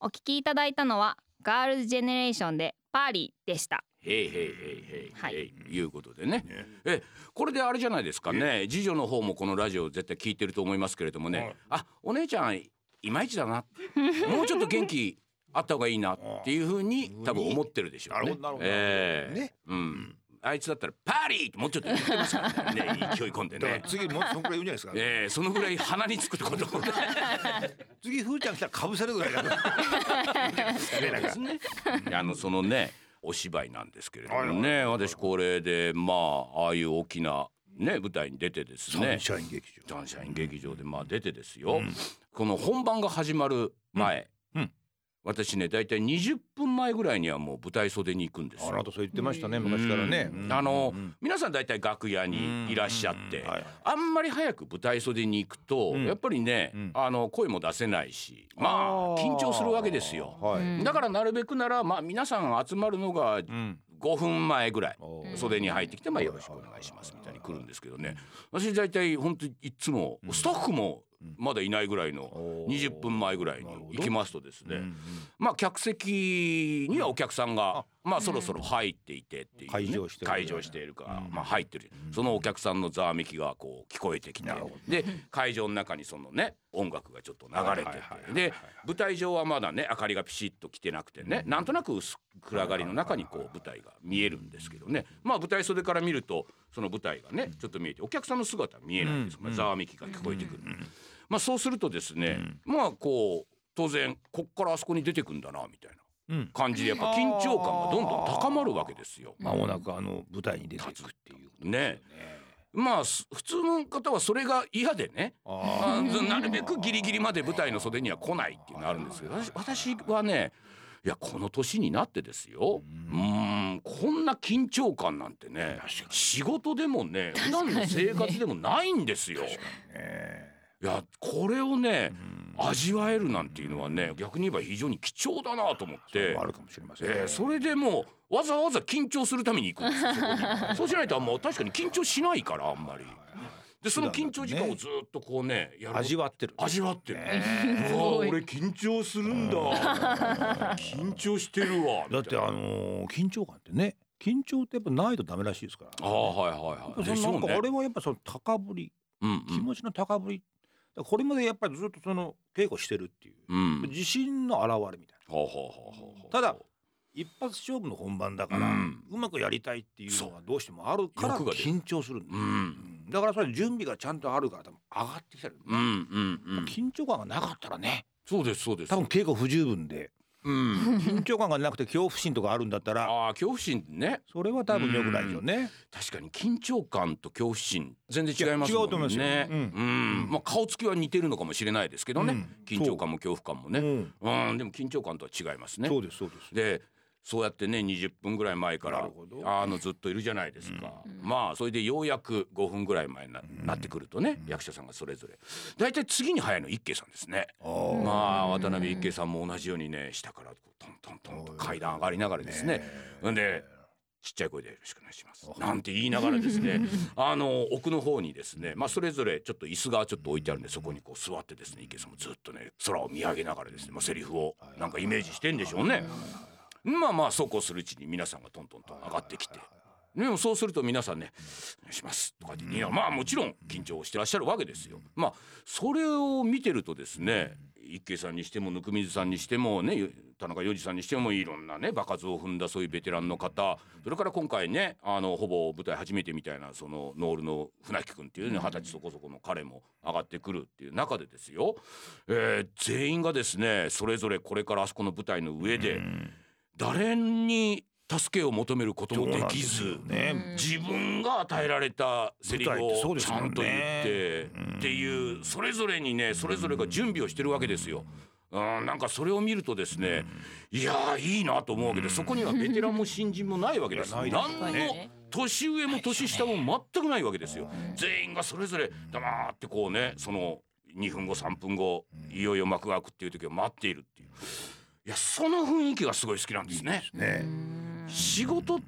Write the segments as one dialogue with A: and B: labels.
A: お聞きいただいたのはガールズジェネレーションでパーリーでした
B: へいへいへいへい、
A: は
B: はいい、いうことでねえこれであれじゃないですかね次女の方もこのラジオ絶対聞いてると思いますけれどもね、
C: はい
B: あお姉ちゃんいまいちだなもうちょっと元気あった方がいいなっていうふうに多分思ってるでしょうね。
C: なるほどなるほど
B: ええ
C: ね
B: うん、あいつだったら「パーリー!」ってもうちょっと言ってますから ねね勢い込んで
C: だから
B: ね。
C: 次もうそんくらい言うんじゃない ですか、
B: ええそのぐらい鼻につくってこと もね
C: 次ふーちゃん来たらかぶせるぐらいだか ら
B: そうですね。あのそのねお芝居なんですけれどもね、私これでまあああいう大きなね舞台に出てですね。
C: 社員劇
B: ジャンシャイン劇場でまあ出てですよ、この本番が始まる前、
C: うんうん
B: 私ね大体20分前ぐらいにはもう舞台袖に行くんです
C: 場あ
B: よ。
C: なたそう言ってましたね昔からね、
B: うん
C: うん
B: あの、
C: うん
B: 皆さん大体楽屋にいらっしゃって、
C: うんはい
B: あんまり早く舞台袖に行くと、
C: うん
B: やっぱりね、
C: うん
B: あの声も出せないしまあ
C: あー
B: 緊張するわけですよ。
C: はい、
A: うん
B: だからなるべくなら、まあ、皆さん集まるのが
C: うん
B: 5分前ぐらい
C: お
A: ー
B: 袖に入ってきて、まあ、よろしくお願いしますみたいに来るんですけどね私大体本当にいつも
C: うん
B: スタッフも
C: うん
B: まだいないぐらいの
C: おー
B: 20分前ぐらいに
C: なるほど
B: 行きますとです
C: うんう
B: ね
C: ん
B: まあ客席にはお客さんがまあそろそろ入っていてっていうね
C: 開場してる
B: 開場しているから
C: うん
B: まあ入ってるそのお客さんのざわめきがこう聞こえてきて
C: なるほど
B: で会場の中にそのね音楽がちょっと流れて
C: はいはいはいは
B: て
C: い
B: で舞台上はまだね明かりがピシッと来てなくてねなんとなく薄暗がりの中にこう舞台が見えるんですけどねまあ舞台袖から見るとその舞台がねちょっと見えてお客さんの姿は見えないんです
C: うん
B: まあざわめきが聞こえてくるまあそうするとですねまあこう当然こっからあそこに出てくんだなみたいな
C: うん
B: 感じでやっぱ緊張感がどんどん高まるわけですよ。
C: まもなくあの舞台に出ていくっていう
B: ねまあす普通の方はそれが嫌でねまあ
C: あ
B: なるべくギリギリまで舞台の袖には来ないっていうのがあるんですけど私私はねいやこの年になってですようーんこんな緊張感なんてね仕事でもね普段の生活でもないんですよ。
C: あ、ね
B: いやこれをね
C: うん
B: 味わえるなんていうのはね逆に言えば非常に貴重だなと思っ
C: それ
B: て
C: もあるかもしれませんね、
B: えー、それでもうわざわざ緊張するために行くんですよそこ にそうしないとあんま確かに緊張しないからあんまりでその緊張時間をずっとこうねやる
C: 味わってる
B: 味わってる、
C: ね
B: うわ俺緊張するんだ緊張してるわ
C: だってあのー緊張感ってね緊張ってやっぱないとダメらしいですから
B: ああはいはいはい
C: そのなんか
B: あ
C: あれはやっぱその高ぶり、
B: うん
C: 気持ちの高ぶりだからこれまでやっぱりずっとその稽古してるっていう、
B: うん、うん、は
C: 自信の表れみたいな
B: あはあはあはあ
C: ただ一発勝負の本番だから、
B: う
C: うんまくやりたいっていうのがどうしてもあるから
B: 欲が出る
C: 緊張するんだ,、
B: うん
C: うんだからそれ準備がちゃんとあるから多分上がってきてる、
B: うんうんうん
C: 緊張感がなかったらね
B: そうですそうです
C: 多分稽古不十分で
B: うん
C: 緊張感がなくて恐怖心とかあるんだったら
B: ああ恐怖心ね
C: それは多分良くないですよね、
B: 確かに緊張感と恐怖心全然違いますもんね
C: 違うと思いますよ
B: ね
C: うん
B: うんまあ顔つきは似てるのかもしれないですけどね、
C: うん
B: 緊張感も恐怖感も
C: う
B: ね
C: ん
B: うん、でも緊張感とは違いますね
C: そうですそうです
B: でそうやってね20分ぐらい前か
C: な
B: ら
C: るほど
B: あのずっといるじゃないですか、まあそれでようやく5分ぐらい前にな,、なってくるとね役者さんがそれぞれ大体次に早いの一慶さんですね
C: あー
B: まあ渡辺一慶さんも同じようにね下からこうトントントンと階段上がりながらですねんでちっちゃい声でよろしくお願いしますなんて言いながらですねあの奥の方にですねまあそれぞれちょっと椅子がちょっと置いてあるんでそこにこう座ってですね池さんもずっとね空を見上げながらですねまあセリフをなんかイメージしてんでしょうね。まあまあそうこうするうちに皆さんがトントンと上がってきて。でもそうすると皆さんね「お願いします」とかっていやまあもちろん緊張してらっしゃるわけですよ。まあそれを見てるとですね一慶さんにしても温水さんにしてもね田中洋次さんにしてもいろんなね場数を踏んだそういうベテランの方それから今回ねあのほぼ舞台初めてみたいなそのノールの船木君っていうね二十歳そこそこの彼も上がってくるっていう中でですよ、えー全員がですねそれぞれこれからあそこの舞台の上で誰に助けを求めることもできず。
C: ね
B: 自分が与えられたセリフ
C: 舞台ってそう
B: を
C: です
B: ち
C: も
B: ゃ
C: んね
B: んと言ってっていうそれぞれにねそれぞれが準備をしてるわけですよ。うんなんかそれを見るとですねいやーいいなと思うわけでそこにはベテランも新人もないわけです。
C: いや
B: 何
C: ないです
B: の
C: よ
A: ね
B: 年上も年下も全くないわけですよ。全員がそれぞれ黙ってこうねその2分後3分後いよいよ幕が開くっていう時を待っているっていういやその雰囲気がすごい好きなんですね。
C: ね
B: 仕事も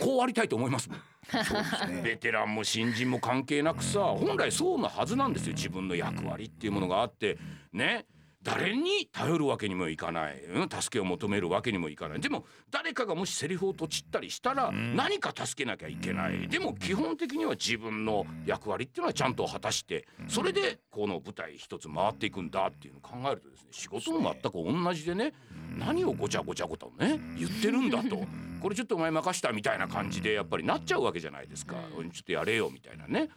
B: こうありたいと思いますもん。
C: そうですね
B: ベテランも新人も関係なくさ本来そうなはずなんですよ自分の役割っていうものがあってね誰に頼るわけにもいかない、うん助けを求めるわけにもいかないでも誰かがもしセリフをとちったりしたら
C: うん
B: 何か助けなきゃいけない、でも基本的には自分の役割っていうのはちゃんと果たして、それでこの舞台一つ回っていくんだっていうのを考えるとですね仕事も全く同じでね何をごちゃごちゃごちゃね言ってるんだとこれちょっとお前任したみたいな感じでやっぱりなっちゃうわけじゃないですかちょっとやれよみたいなね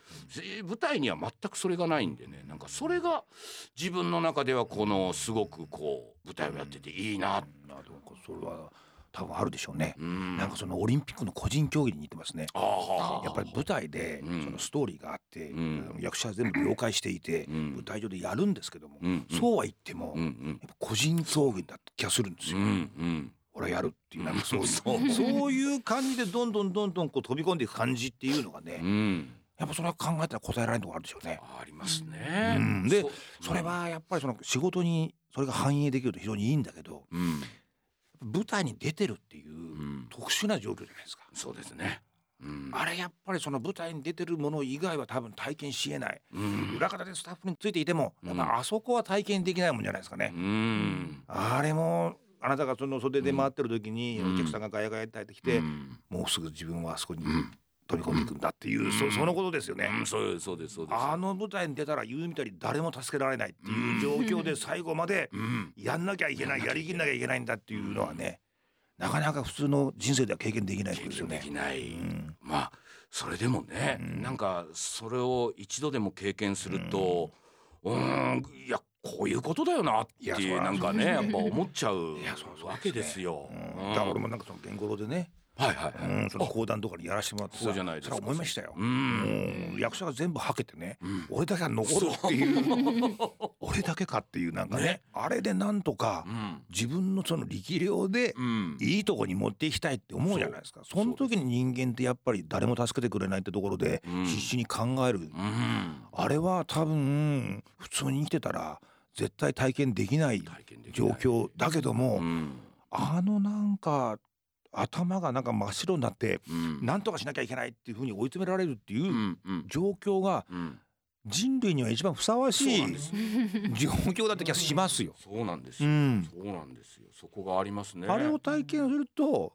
B: えー舞台には全くそれがないんでねなんかそれが自分の中ではこのすごくこう舞台をやってていいな
C: なるほどそれは多分あるでしょうね
B: う、ん
C: なんかそのオリンピックの個人競技に似てますね
B: ああ
C: やっぱり舞台で
B: うん
C: そのストーリーがあって、
B: うん
C: 役者は全部了解していて、
B: うん
C: 舞台上でやるんですけども、
B: うん
C: そうは言っても、
B: うんう
C: やっ
B: ん
C: ぱ個人競技だった気がするんです
B: う
C: よ、
B: んうん
C: 俺はやるっていうなんかそうい う
B: そう
C: そういう感じでどんどんどんどんこう飛び込んでいく感じっていうのがね、
B: うん
C: やっぱそれは考えたら答えられるところあるでしょうね。
B: ありますね
C: うんで
B: う
C: それはやっぱりその仕事にそれが反映できると非常にいいんだけど
B: うん
C: 舞台に出てるっていううん特殊な状況じゃないですか。
B: そうですねうん
C: あれやっぱりその舞台に出てるもの以外は多分体験しえない、
B: うん
C: 裏方でスタッフについていてもやっぱあそこは体験できないもんじゃないですかね
B: う。ん
C: あれもあなたがその袖で回ってる時に
B: うん
C: お客さんがガヤガヤって入ってきて、
B: うん
C: もうすぐ自分はあそこに
B: うん
C: 飛び込んでいくんだっていう、そそのことですよね。
B: うんそうですそうですそうです
C: あの舞台に出たら言うみたいに誰も助けられないっていう状況で最後まで
B: うん
C: やんなきゃいけないやりきんなきゃいけないんだっていうのはねなかなか普通の人生では経験できないこ
B: 経
C: とですよ
B: 験でき。
C: ね
B: ない
C: うん
B: まあそれでもね、
C: うん
B: なんかそれを一度でも経験するとうーんいやこういうことだよなっ
C: いやそ
B: て
C: ら
B: なんかねやっぱ思っちゃう
C: いやそうそうですね
B: わけですよ。
C: うんだから俺もなんかその言語でね、
B: はいはいは
C: う
B: い。
C: ん、その講談とかにやらせてもらってさ
B: そうじゃないですか
C: それは思いましたよ
B: う。ん
C: もう役者が全部はけてね、
B: うん
C: 俺だけが残るっていう俺だけかっていうなんかね
B: ね
C: あれでなんとか
B: うん
C: 自分のその力量で
B: うん
C: いいとこに持っていきたいって思うじゃないですかその時に人間ってやっぱり誰も助けてくれないってところで
B: うん
C: 必死に考える、
B: うん
C: あれは多分普通に生きてたら絶対体験できない
B: 体験でき
C: 状
B: ない
C: 況だけども、
B: うん
C: あのなんか頭がなんか真っ白になって
B: うん
C: 何とかしなきゃいけないっていうふうに追い詰められるっていううん
B: うん
C: 状況が
B: うん
C: 人類には一番ふさわ
B: そう
C: しい
B: なんです
C: 状況だった気がしますよ。
B: そうなんです
C: う
B: よ。
C: ん、
B: そうなんですよ。そこがありますね。
C: あれを体験すると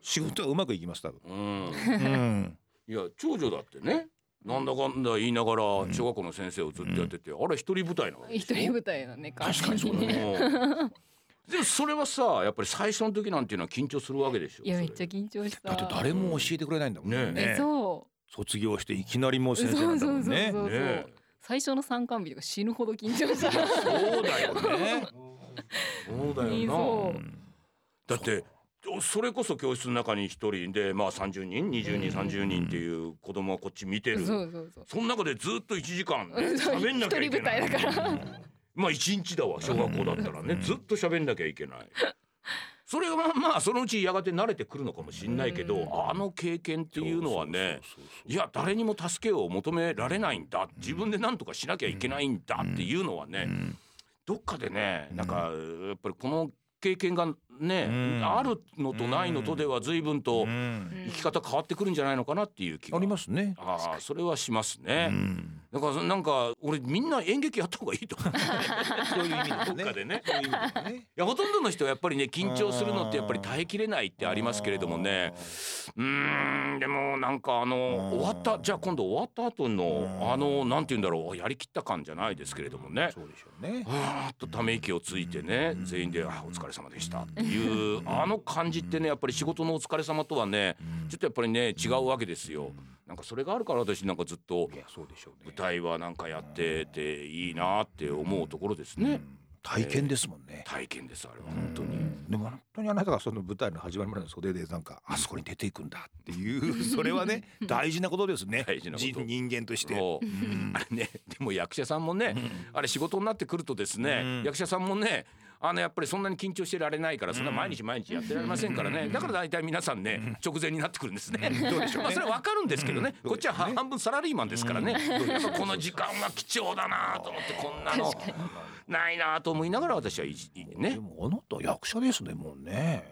C: 仕事はうまくいきます多分。
B: うん。
C: うん
B: いや長女だってねなんだかんだ言いながら小学校の先生をずっとやってて、あれ一人舞台なの
A: 一人舞台のね完全
B: でもそれはさやっぱり最初の時なんていうのは緊張するわけでしょ
A: いやめっちゃ
B: そ
A: 緊張した
C: だって誰も教えてくれないんだもんね。
B: ね
A: えそう
C: 卒業していきなりもう先生なんだもんね。
A: そう
B: れね
A: 最初の参観日とか死ぬほど緊 張した
B: そうだよねそうだ
A: そ
B: よ
A: う
B: なだってそれこそ教室の中に一人でまあ30人20人30人っていう子供はこっち見てる
A: そうそうそう
B: その中でずっと1時間ね喋んなきゃいけない
A: 一人舞台だから
B: まあ一日だわ小学校だったらねずっと喋んなきゃいけないそれはまあそのうちやがて慣れてくるのかもしんないけ
A: う
B: どあの経験っていうのはね
C: そうそうそう
B: いや誰にも助けを求められないんだ自分で何とかしなきゃいけないんだっていうのはね
C: ん
B: どっかでねなんかやっぱりこの経験がね
C: うん
B: あるのとないのとでは随分
C: そう
B: と
C: うん
B: 生き方変わってくるんじゃないのかなっていう気が
C: ありますね。
B: ああそれはしますね。
C: うん
B: だからそなんか俺みんな演劇やった方がいいと 思う
C: そういう意味で
B: ど
C: も
B: っ
C: ね
B: かでね。
C: そういう意味でもね。
B: いやほとんどの人はやっぱりね緊張するのってやっぱり耐えきれないってありますけれどもねうーんでもなんかあの
C: う
B: 終
C: ん
B: わったじゃあ今度終わった後
C: うん
B: のあのなんて言うんだろうやりきった感じゃないですけれどもね
C: そうでしょうね。
B: はーっとため息をついてね
C: うん
B: 全員で「あお疲れ様でした」っていうあの感じってねやっぱり仕事のお疲れ様とはねちょっとやっぱりね違うわけですよ。なんかそれがあるから私なんかずっと
C: いやそうでしょう
B: 舞
C: ね。
B: 台はなんかやってていいなって思うところですね。
C: 体験ですもんね。
B: 体験ですあれは本当に。
C: でも本当にあなたがその舞台の始まりまでの袖でなんかあそこに出ていくんだっていうそれはね大事なことですね。
B: 大事なこと
C: 人人間として。
B: そうあれ ねでも役者さんもね、あれ仕事になってくるとですね、
C: うん
B: 役者さんもねあのやっぱりそんなに緊張してられないからそんな毎日毎日やってられませんからね、だから大体皆さんね直前になってくるんですね、
C: どうでしょうね
B: まあそれはわかるんですけどね、
C: うん
B: こっちは
C: そうですね
B: 半分サラリーマンですからね、
C: うん
B: やっぱこの時間は貴重だなと思ってこんなのないなと思いながら私はいい
C: で
B: ね
C: もあなた役者ですねもうね。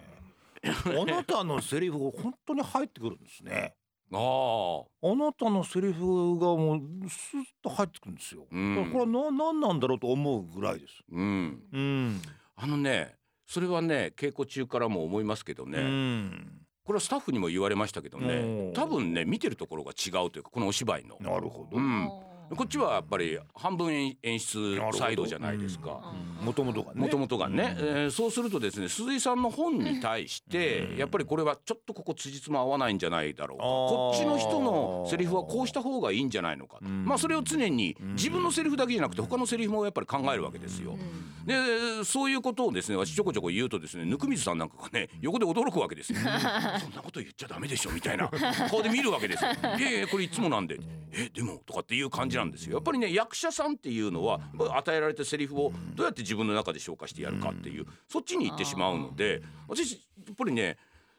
C: あなたのセリフが本当に入ってくるんですね。
B: ああ
C: あなたのセリフがもうスッと入ってくるんですよ、
B: うん
C: だからこれはな何なんだろうと思うぐらいです
B: うん
C: うん、
B: あのねそれはね稽古中からも思いますけどね、
C: うん
B: これはスタッフにも言われましたけど
C: おー
B: ね多分ね見てるところが違うというかこのお芝居の
C: なるほど、
B: うん
A: あー
B: こっちはやっぱり半分演演出サイドじゃないですか。
A: うん
C: もともとがね
B: もともとがね、
C: うん
B: えーそうするとですね鈴井さんの本に対して、
C: うん
B: やっぱりこれはちょっとここ辻褄合わないんじゃないだろうか
C: あー
B: こっちの人のセリフはこうした方がいいんじゃないのか、
C: うん
B: まあそれを常に
C: うん
B: 自分のセリフだけじゃなくて他のセリフもやっぱり考えるわけですよ。でそういうことをですね私ちょこちょこ言うとですね温水さんなんかがね横で驚くわけですよ。 そんなこと言っちゃダメでしょみたいな顔で見るわけです よ。いやいやこれいつもなんでえでもとかっていう感じなんですよ。やっぱりね役者さんっていうのは与えられたセリフをどうやって自分の中で消化してやるかっていうそっちに行ってしまうので私やっぱりね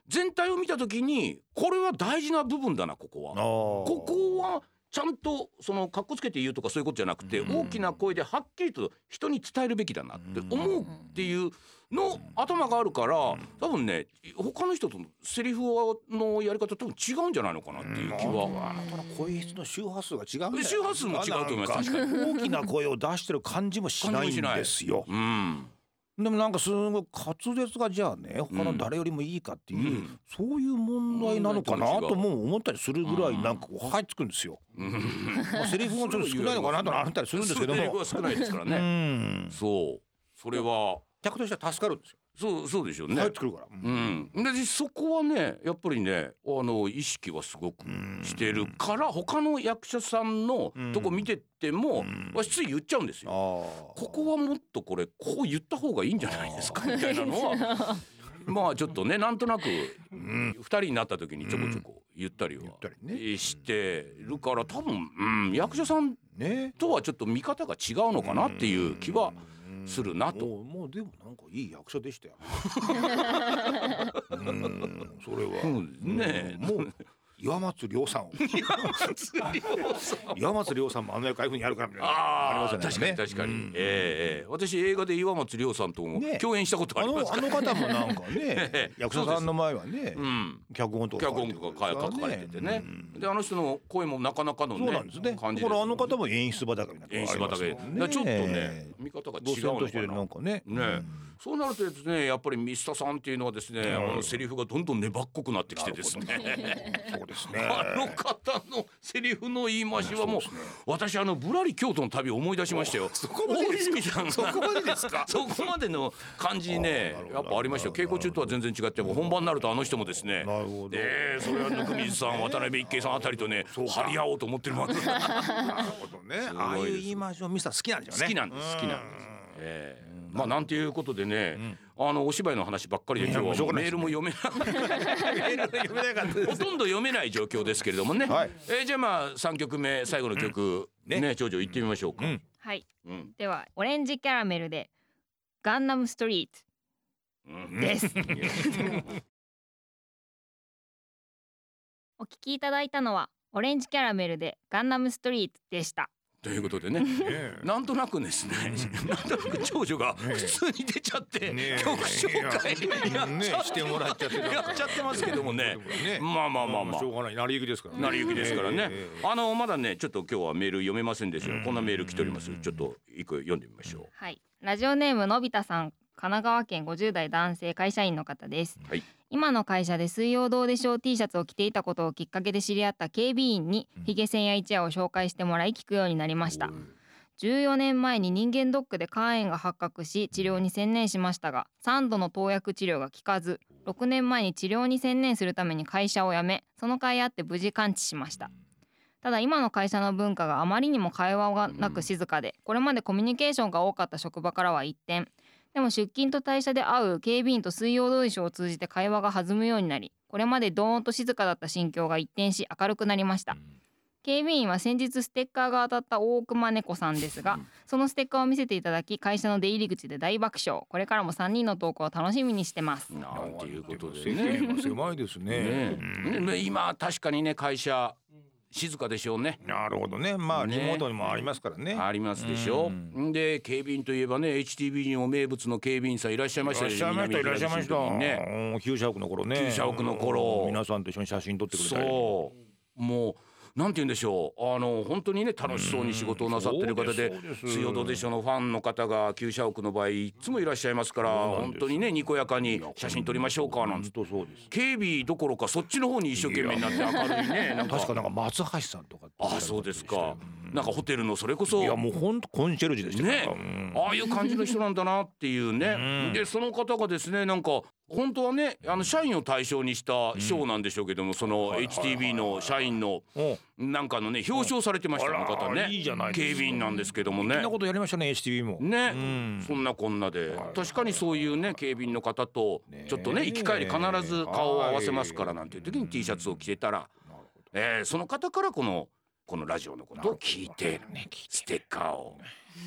B: 全体を見た時にこれは大事な部分だなここは
C: あ。ー
B: ここはちゃんとそのかっこつけて言うとかそういうことじゃなくて、
C: うん
B: 大きな声ではっきりと人に伝えるべきだなって思うっていうの頭があるから、多分ね他の人とのセリフのやり方多分違うんじゃないのかなっていう気は。
C: あなたの声質の周波数が違うんだよ
B: 周波数も違うと思います
C: なんか大きな声を出してる感じもしないんですよ
B: うん、
C: でもなんかすごい滑舌がじゃあね他の誰よりもいいかっていう、
B: うん
C: そういう問題なのかなとも思ったりするぐらいなんかこう入ってくるん ですよ、
B: うん
C: まあ、セリフもちょっと少ないのかなとかあったりするんですけど
B: セリフ
C: も
B: は少ないですから
C: う
B: ね。
C: ん
B: そう、それは、
C: 客としては助かるんですよ、
B: そう、そうでしょうね。
C: 入ってくるから、
B: うん、でそこはねやっぱりねあの意識はすごくしてるから、他の役者さんのとこ見てっても、
C: ん
B: 私つい言っちゃうんです
C: あ
B: よ。
C: ー
B: ここはもっとこれこう言った方がいいんじゃないです かみたいなのはまあちょっとねなんとなく
C: ん
B: 2人になった時にちょこちょこ言ったりは
C: 言ったりね
B: してるから多分、うん、役者さん
C: ね
B: とはちょっと見方が違うのかなっていう気はするなと
C: もうもうでもなんかいい役者 でしたようんそれは、
B: うんねえ
C: うんもう岩松亮さんを岩松亮さんもあの役ああいう風にやるからみたいな
B: あ
C: りま
B: あ
C: し
B: 確
C: た
B: かに確かに、
C: うん
B: ええええ私映画で岩松亮さんとも
C: ね
B: 共演したことあ
C: あ
B: ります
C: のあ
B: から、
C: の方もな んかね
B: ええ
C: 役者さんの前はね、
B: うん
C: 脚本とか
B: 脚本とか書かれててね、であの人の声もなかなかの
C: うん
B: ね
C: そうなんですね
B: 感じ
C: だからあの
B: もんね
C: 方も演出場だからみたい
B: 演
C: な
B: 出
C: と
B: 場だけだ
C: こあります
B: か
C: もん
B: らちょっとね見方が違
C: 路線と
B: う
C: して
B: のか
C: な
B: なん
C: か
B: ね
C: ね
B: えそうなるとですねやっぱり水田さんっていうのはですね、
C: ん
B: あのセリフがどんどん粘っこくなってきてですね
C: そうですね
B: あの方のセリフの言い回しはもう私あのぶらり京都の旅を思い出しましたよ大泉さんが
C: までですか
B: そこまでの感じね
C: あーなる
B: や
C: ほど
B: っぱありましたよ稽古中とは全然違ってもう本番になるとあの人もですね
C: なるほど
B: ええそれは温水さん渡辺一 慶さんあたりとね張り合おうと思ってるわけ好
C: なるほど
B: ごい
C: ね
B: です
C: ああいう言い回しをミスター好きなんですよね
B: きなんです好きなんです。ええまあなんていうことでね、あのお芝居の話ばっかりで今
C: いやもうし
B: 日
C: ょう
B: は
C: がな
B: メ
C: いで
B: ール
C: す
B: も読めない
C: うん読めなかったで
B: ほとんど読めない状況ですけれどもね、
C: はい
B: えーじゃあまあ3曲目最後の曲、
C: ね
B: ね長女行ってみましょうか、
C: う
B: うんん
A: はいではオレンジキャラメルでガンナムストリート
B: うん
A: です
B: いや
A: お聞きいただいたのはオレンジキャラメルでガンナムストリートでした
B: ということでね
C: ね
B: なんとなくですね、なんとなく長女が
C: え
B: 普通に出ちゃって、
C: ねえ
B: 曲紹介やっ
C: ね
B: ちゃっ
C: してもらっちゃって
B: やっちゃってますけどもねまあまあまあまあ
C: しょうがない成り行きですから
B: 成り行きですからね、
C: ええ
B: あのまだねちょっと今日はメール読めませんでしたがこんなメール来ておりますちょっと一個読んでみましょ
A: はいラジオネームのび太さん神奈川県50代男性会社員の方です
B: うはい
A: 今の会社で水曜どうでしょう T シャツを着ていたことをきっかけで知り合った警備員にヒゲ千夜一夜を紹介してもらい聞くようになりました14年前に人間ドックで肝炎が発覚し治療に専念しましたが3度の投薬治療が効かず6年前に治療に専念するために会社を辞めその甲斐あって無事完治しましたただ今の会社の文化があまりにも会話がなく静かでこれまでコミュニケーションが多かった職場からは一転でも出勤と退社で会う警備員と水曜同士を通じて会話が弾むようになりこれまでどーんと静かだった心境が一転し明るくなりました警備員は先日ステッカーが当たった大熊猫さんですがそのステッカーを見せていただき会社の出入り口で大爆笑これからも3人の投稿を楽しみにしてます
B: なんていうことで
C: 世
B: ね
C: 間 は狭いですね
B: ねね今確かにね会社静かでしょうね
C: なるほどねまあリ
B: ね
C: モートにもありますからね
B: ありますでしょ
C: うん
B: で警備員といえばね HTB にお名物の警備員さんいらっしゃいま
C: い
B: した
C: らっ
B: よ
C: しゃいましたいらっしゃいました
B: 南平平市の時にね
C: うん旧社屋の頃ね
B: 旧社屋の頃
C: うん皆さんと一緒に写真撮ってくれたり
B: そうもうなんて言うんでしょうあの本当にね楽しそうに仕事をなさってる方で
C: うんそうですそう
B: 「
C: です
B: 水曜どうでしょう」のファンの方が旧社屋の場合いつもいらっしゃいますから
C: そうなん
B: 本
C: ですよ
B: 当にねにこやかに「写真撮りましょうか」なんつって
C: 本当そうです
B: 警備どころかそっちの方に一生懸命になって明るいねなんか
C: 確かなんか松橋さんとか
B: ああそうですか
C: うん
B: なんかホテルのそれこそ
C: いやもうほんとコンシェルジュでした
B: ね
C: ようん
B: ああいう感じの人なんだなっていうね、
C: うん
B: でその方がですねなんか本当はねあの社員を対象にした賞なんでしょうけども、その
C: はいはいはい
B: HTB の社員の
C: お
B: なんかのね表彰されてました
C: うん
B: あの方
C: あら
B: ね
C: いいじゃないですか
B: 警備員なんですけども
C: そ
B: ね
C: んなことやりましたね HTV も
B: ね、
C: うん
B: そんなこんなで
C: はい
B: 確かにそういうね警備員の方と
C: ねえ
B: ちょっとね行き帰り必ず顔を合わせますから
C: はい
B: なんていう時に
C: うん
B: T シャツを着てたら、
C: なるほど
B: えーその方からこのこのラジオのことを聞いて
C: ね聞いて
B: ステッカーを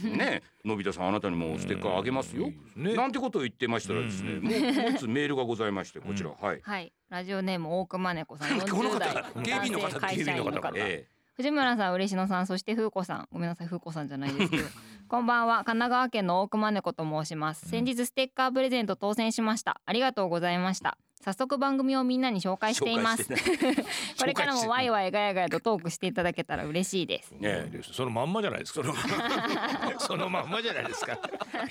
B: ねのび太さんあなたにもステッカーあげますよ。
C: ね
B: なんてことを言ってましたらですね、
C: うん
B: もうもう一つメールがございましてこちら、はい。
A: はいラジオネーム大熊猫さん
B: この方
A: 40代
B: 警備員の方
A: 男性会社員の
C: 警備員の方
A: 方
C: か
B: え
A: 藤村さん嬉野さんそして風子さんごめんなさい風子さんじゃない ですけどこんばんは神奈川県の大熊猫と申します先日ステッカープレゼント当選しましたありがとうございました早速番組をみんなに紹介しています
B: 紹介してない
A: これからもワイ
B: ワイ。
A: ワイガヤガヤとトークしていただけたら嬉しいです
B: ね
C: ねそのまんまじゃないですか そのまんまじゃないですか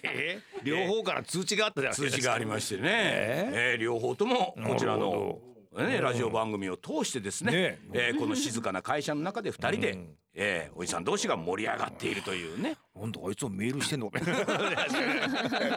C: えー両方から通知があったじゃないで
B: 通
C: すか
B: 知がありましてね、
C: え
B: えー両方ともこちら
C: なる
B: の
C: ほ。
B: ね、ラジオ番組を通してですね
C: ね
B: えーこの静かな会社の中で2人で、
C: うん
B: えーおじさん同士が盛り上がっているというね
C: なんだあいつもメールしてん の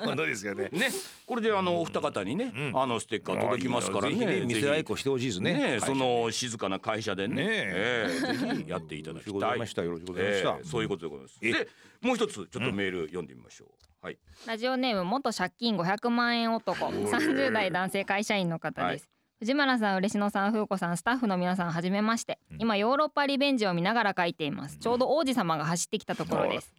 C: 本当ですよね
B: ねこれであのお二方にね、
C: うん
B: あのステッカー届きますからね
C: ぜひね
B: ぜひ
C: 見せ合いっこしてほしいですね
B: ね
C: 会社
B: そ
C: で
B: の静かな会社でね
C: ね
B: えーぜひやっていただき
C: よろしゅうござ
B: たい
C: いましたよろしゅうございました
B: えーそういうことでございます
C: え
B: でもう一つちょっとメール読んでみましょう、はい
A: ラジオネーム元借金500万円男30代男性会社員の方です、藤村さん嬉野さん風子さんスタッフの皆さんはじめまして、今ヨーロッパリベンジを見ながら書いていますちょうど王子様が走ってきたところです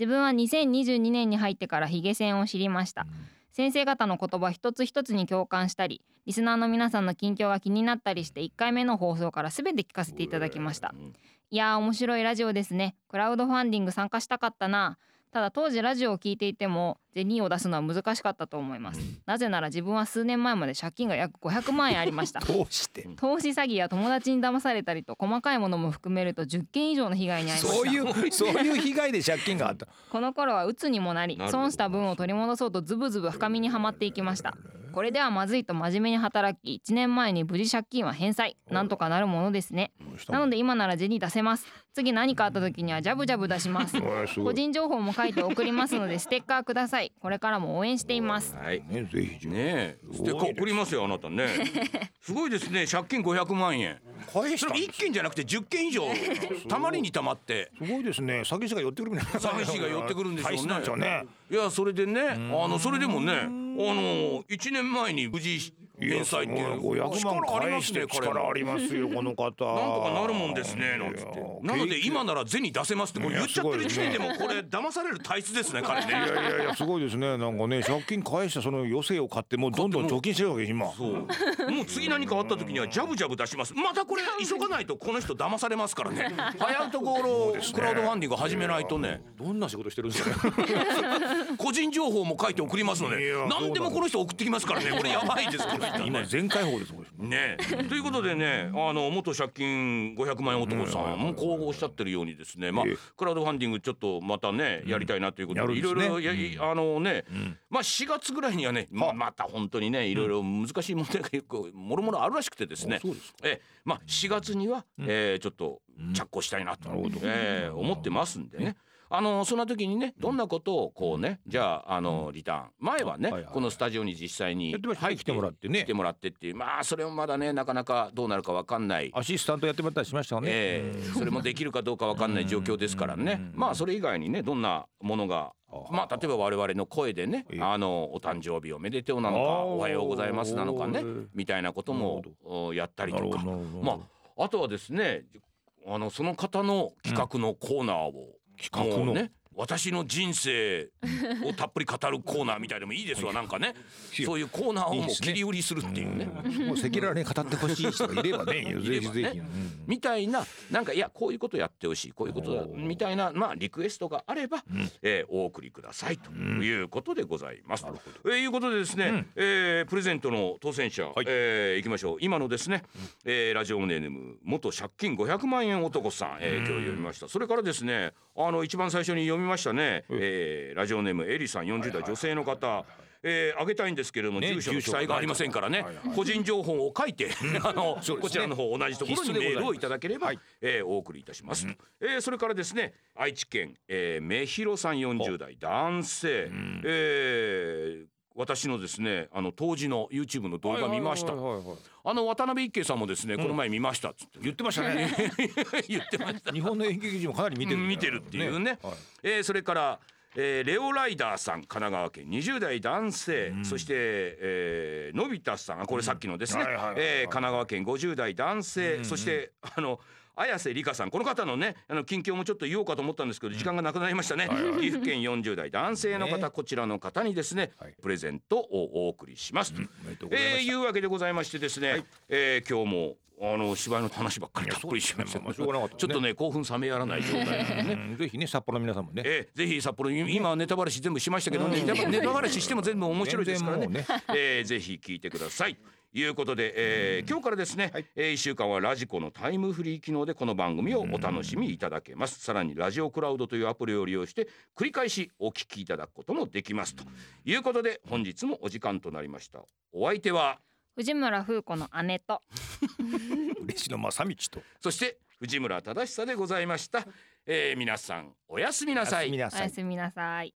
A: 自分は2022年に入ってからヒゲ戦を知りました、先生方の言葉一つ一つに共感したりリスナーの皆さんの近況が気になったりして1回目の放送から全て聞かせていただきました
B: うん
A: いやー面白いラジオですねクラウドファンディング参加したかったなただ当時ラジオを聞いていても銭を出すのは難しかったと思いますなぜなら自分は数年前まで借金が約500万円あり ました
C: 通して
A: 投資詐欺や友達に騙されたりと細かいものも含めると10件以上の被害に遭いました
C: そういうそういう被害で借金があった
A: この頃は鬱にもなり
B: なるほど
A: 損した分を取り戻そうとズブズブ深みにはまっていきましたこれではまずいと真面目に働き1年前に無事借金は返済なんとかなるものですねなので今なら銭出せます次何かあった時にはジャブジャブ出します
C: おいすご
A: 個
C: い
A: 人情報も書いて送りますの でステッカーくださいこれからも応援しています
B: はい
C: ねぜひ
B: ね
C: ね
B: えス
C: ご
B: テ
C: いです
B: ッカー送りますよあな たねすごいですね借金500万円
C: 返し
B: そ
C: た
B: れ
C: んで
B: 一件じゃなくて10件以上たまりにたまって
C: すごいですね詐欺師が寄ってくるみたいな
B: 詐欺師が寄ってくるんでしょうね
C: 大事なんでしょうね
B: いやそれでねあのそれでもねあの1年前に無事返済っていう
C: 五百万
B: 力ありま
C: 返
B: す
C: し
B: ね
C: て
B: 彼
C: 力ありますよこの方な
B: なん
C: んと
B: とかなるもんですねなんつってなので今なら銭出せますってこれ言っちゃってる時点でもうこれ騙される体質ですね彼
C: いや
B: ね
C: いやいやすごいですねなんかね借金返したその余生を買ってもうどんどん貯金してるわけ今
B: そうもう次何かあった時にはジャブジャブ出しますまたこれ急がないとこの人騙されますから ね早いところクラウドファンディング始めないとね
C: どんな仕事してるんですか
B: 個人情報も書いて送りますの
C: い
B: で
C: や
B: 何でもこの人送ってきますからねこれやばいですこの人
C: 今全開放ですこれ
B: ねえということでねあの元借金500万円男さんもこうおっしゃってるようにですね、まあ
C: ええ、
B: クラウドファンディングちょっとまたねやりたいなということで、
C: やるん
B: い
C: で
B: ろ
C: す
B: い
C: ね
B: ろやいあのね、まあ4月ぐらいにはね、まあ、また本当にねいろいろ難しい問題が結構もろもろあるらしくてですね、
C: あそうですか
B: ええまあ、4月には、えーちょっと着工したいなと、えー思ってますんでね。あのそんな時にねどんなことをこうねじゃああのリターン前はね、
C: はいはいはい
B: このスタジオに実際に
C: やってましたね来てもらってね
B: 来てもらってっていうまあそれもまだねなかなかどうなるかわかんない、
C: アシスタントやってもらったりしましたかね、
B: ええそれもできるかどうかわかんない状況ですからねまあそれ以外にねどんなものがまあ例えば我々の声でね
C: ええ
B: あのお誕生日おめでとうなの
C: あ
B: か
C: ー
B: おはようございますなのかね
C: おー
B: みたいなことも
C: なる
B: おやったりとか
C: なるほどなるほど
B: まああとはですねあのその方の企画のコーナーを、
C: 企画の
B: もうね私の人生をたっぷり語るコーナーみたいでもいいですわなんかねそういうコーナーをもう切り売りするっていうね
C: うんもう赤裸々に語ってほしい人がいれば ねぜひぜひ、うん
B: みたいななんかいやこういうことやってほしいこういうことだ
C: おー
B: みたいなまあリクエストがあれば、えーお送りくださいということでございます。と、いうことでですね、えープレゼントの当選者、
C: はい
B: えーいきましょう今のですね、えーラジオネーム元借金500万円男さん、えー今日読みましたそれからですねあの一番最初に読みましたね、えーラジオネームエリさん40代女性の方えー、あげたいんですけれども、
C: ね
B: 住所の記載がありませんからね
C: 住所がないからはいはい
B: 個人情報を書いて、 あの
C: そうですね
B: こちらの方同じところに
C: 必須
B: メ
C: でござい
B: ー
C: ます
B: ルをいただければ、
C: はい
B: えーお送りいたしますと、えーそれからですね愛知県、えー、目広さん40代男性、えー私のですねあの当時の YouTube の動画見ました
C: はいはいはいはい
B: あの渡辺一慶さんもですねこの前見ましたっつってね、
C: 言ってましたね
B: 言ってました
C: 日本の演劇人もかなり見てる
B: うん見
C: みた
B: て
C: な
B: るっていうね
C: はい
B: えーそれから、えーレオライダーさん神奈川県20代男性、そして、えーのび太さんあこれさっきのですね
C: はいはいはいは
B: え
C: い
B: ー神奈川県50代男性、そしてあの綾瀬理香さんこの方のねあの近況もちょっと言おうかと思ったんですけど時間がなくなりましたね、岐阜県40代男性の方、
C: ね
B: こちらの方にですね、
C: はい
B: プレゼントをお送りしますと、
C: おめでとうござい
B: え
C: ま
B: ー
C: し
B: いうわけでございましてですね、えー今日もあの芝居の話ばっかりたっぷりしました
C: いやそうですねまあまあしょうがなかったね
B: ちょっとね興奮冷めやらない状態な んでね
C: た、うんぜひね札幌の皆さんもね
B: えー、ぜひ札幌に今はネタバラシ全部しましたけどね、
C: うん
B: ネタネタバラシしても全部面白いですからね
C: 全然も
B: えーぜひ聞いてください。ということで、えー今日からですね、えー1週間はラジコのタイムフリー機能でこの番組をお楽しみいただけます、さらにラジオクラウドというアプリを利用して繰り返しお聞きいただくこともできますということで本日もお時間となりましたお相手は
A: 藤村風子の姉と
C: 嬉野正道 と
B: そして藤村忠久でございました、えー皆さんおやすみなさい
C: おやす
A: お
C: みな
A: やすみなさい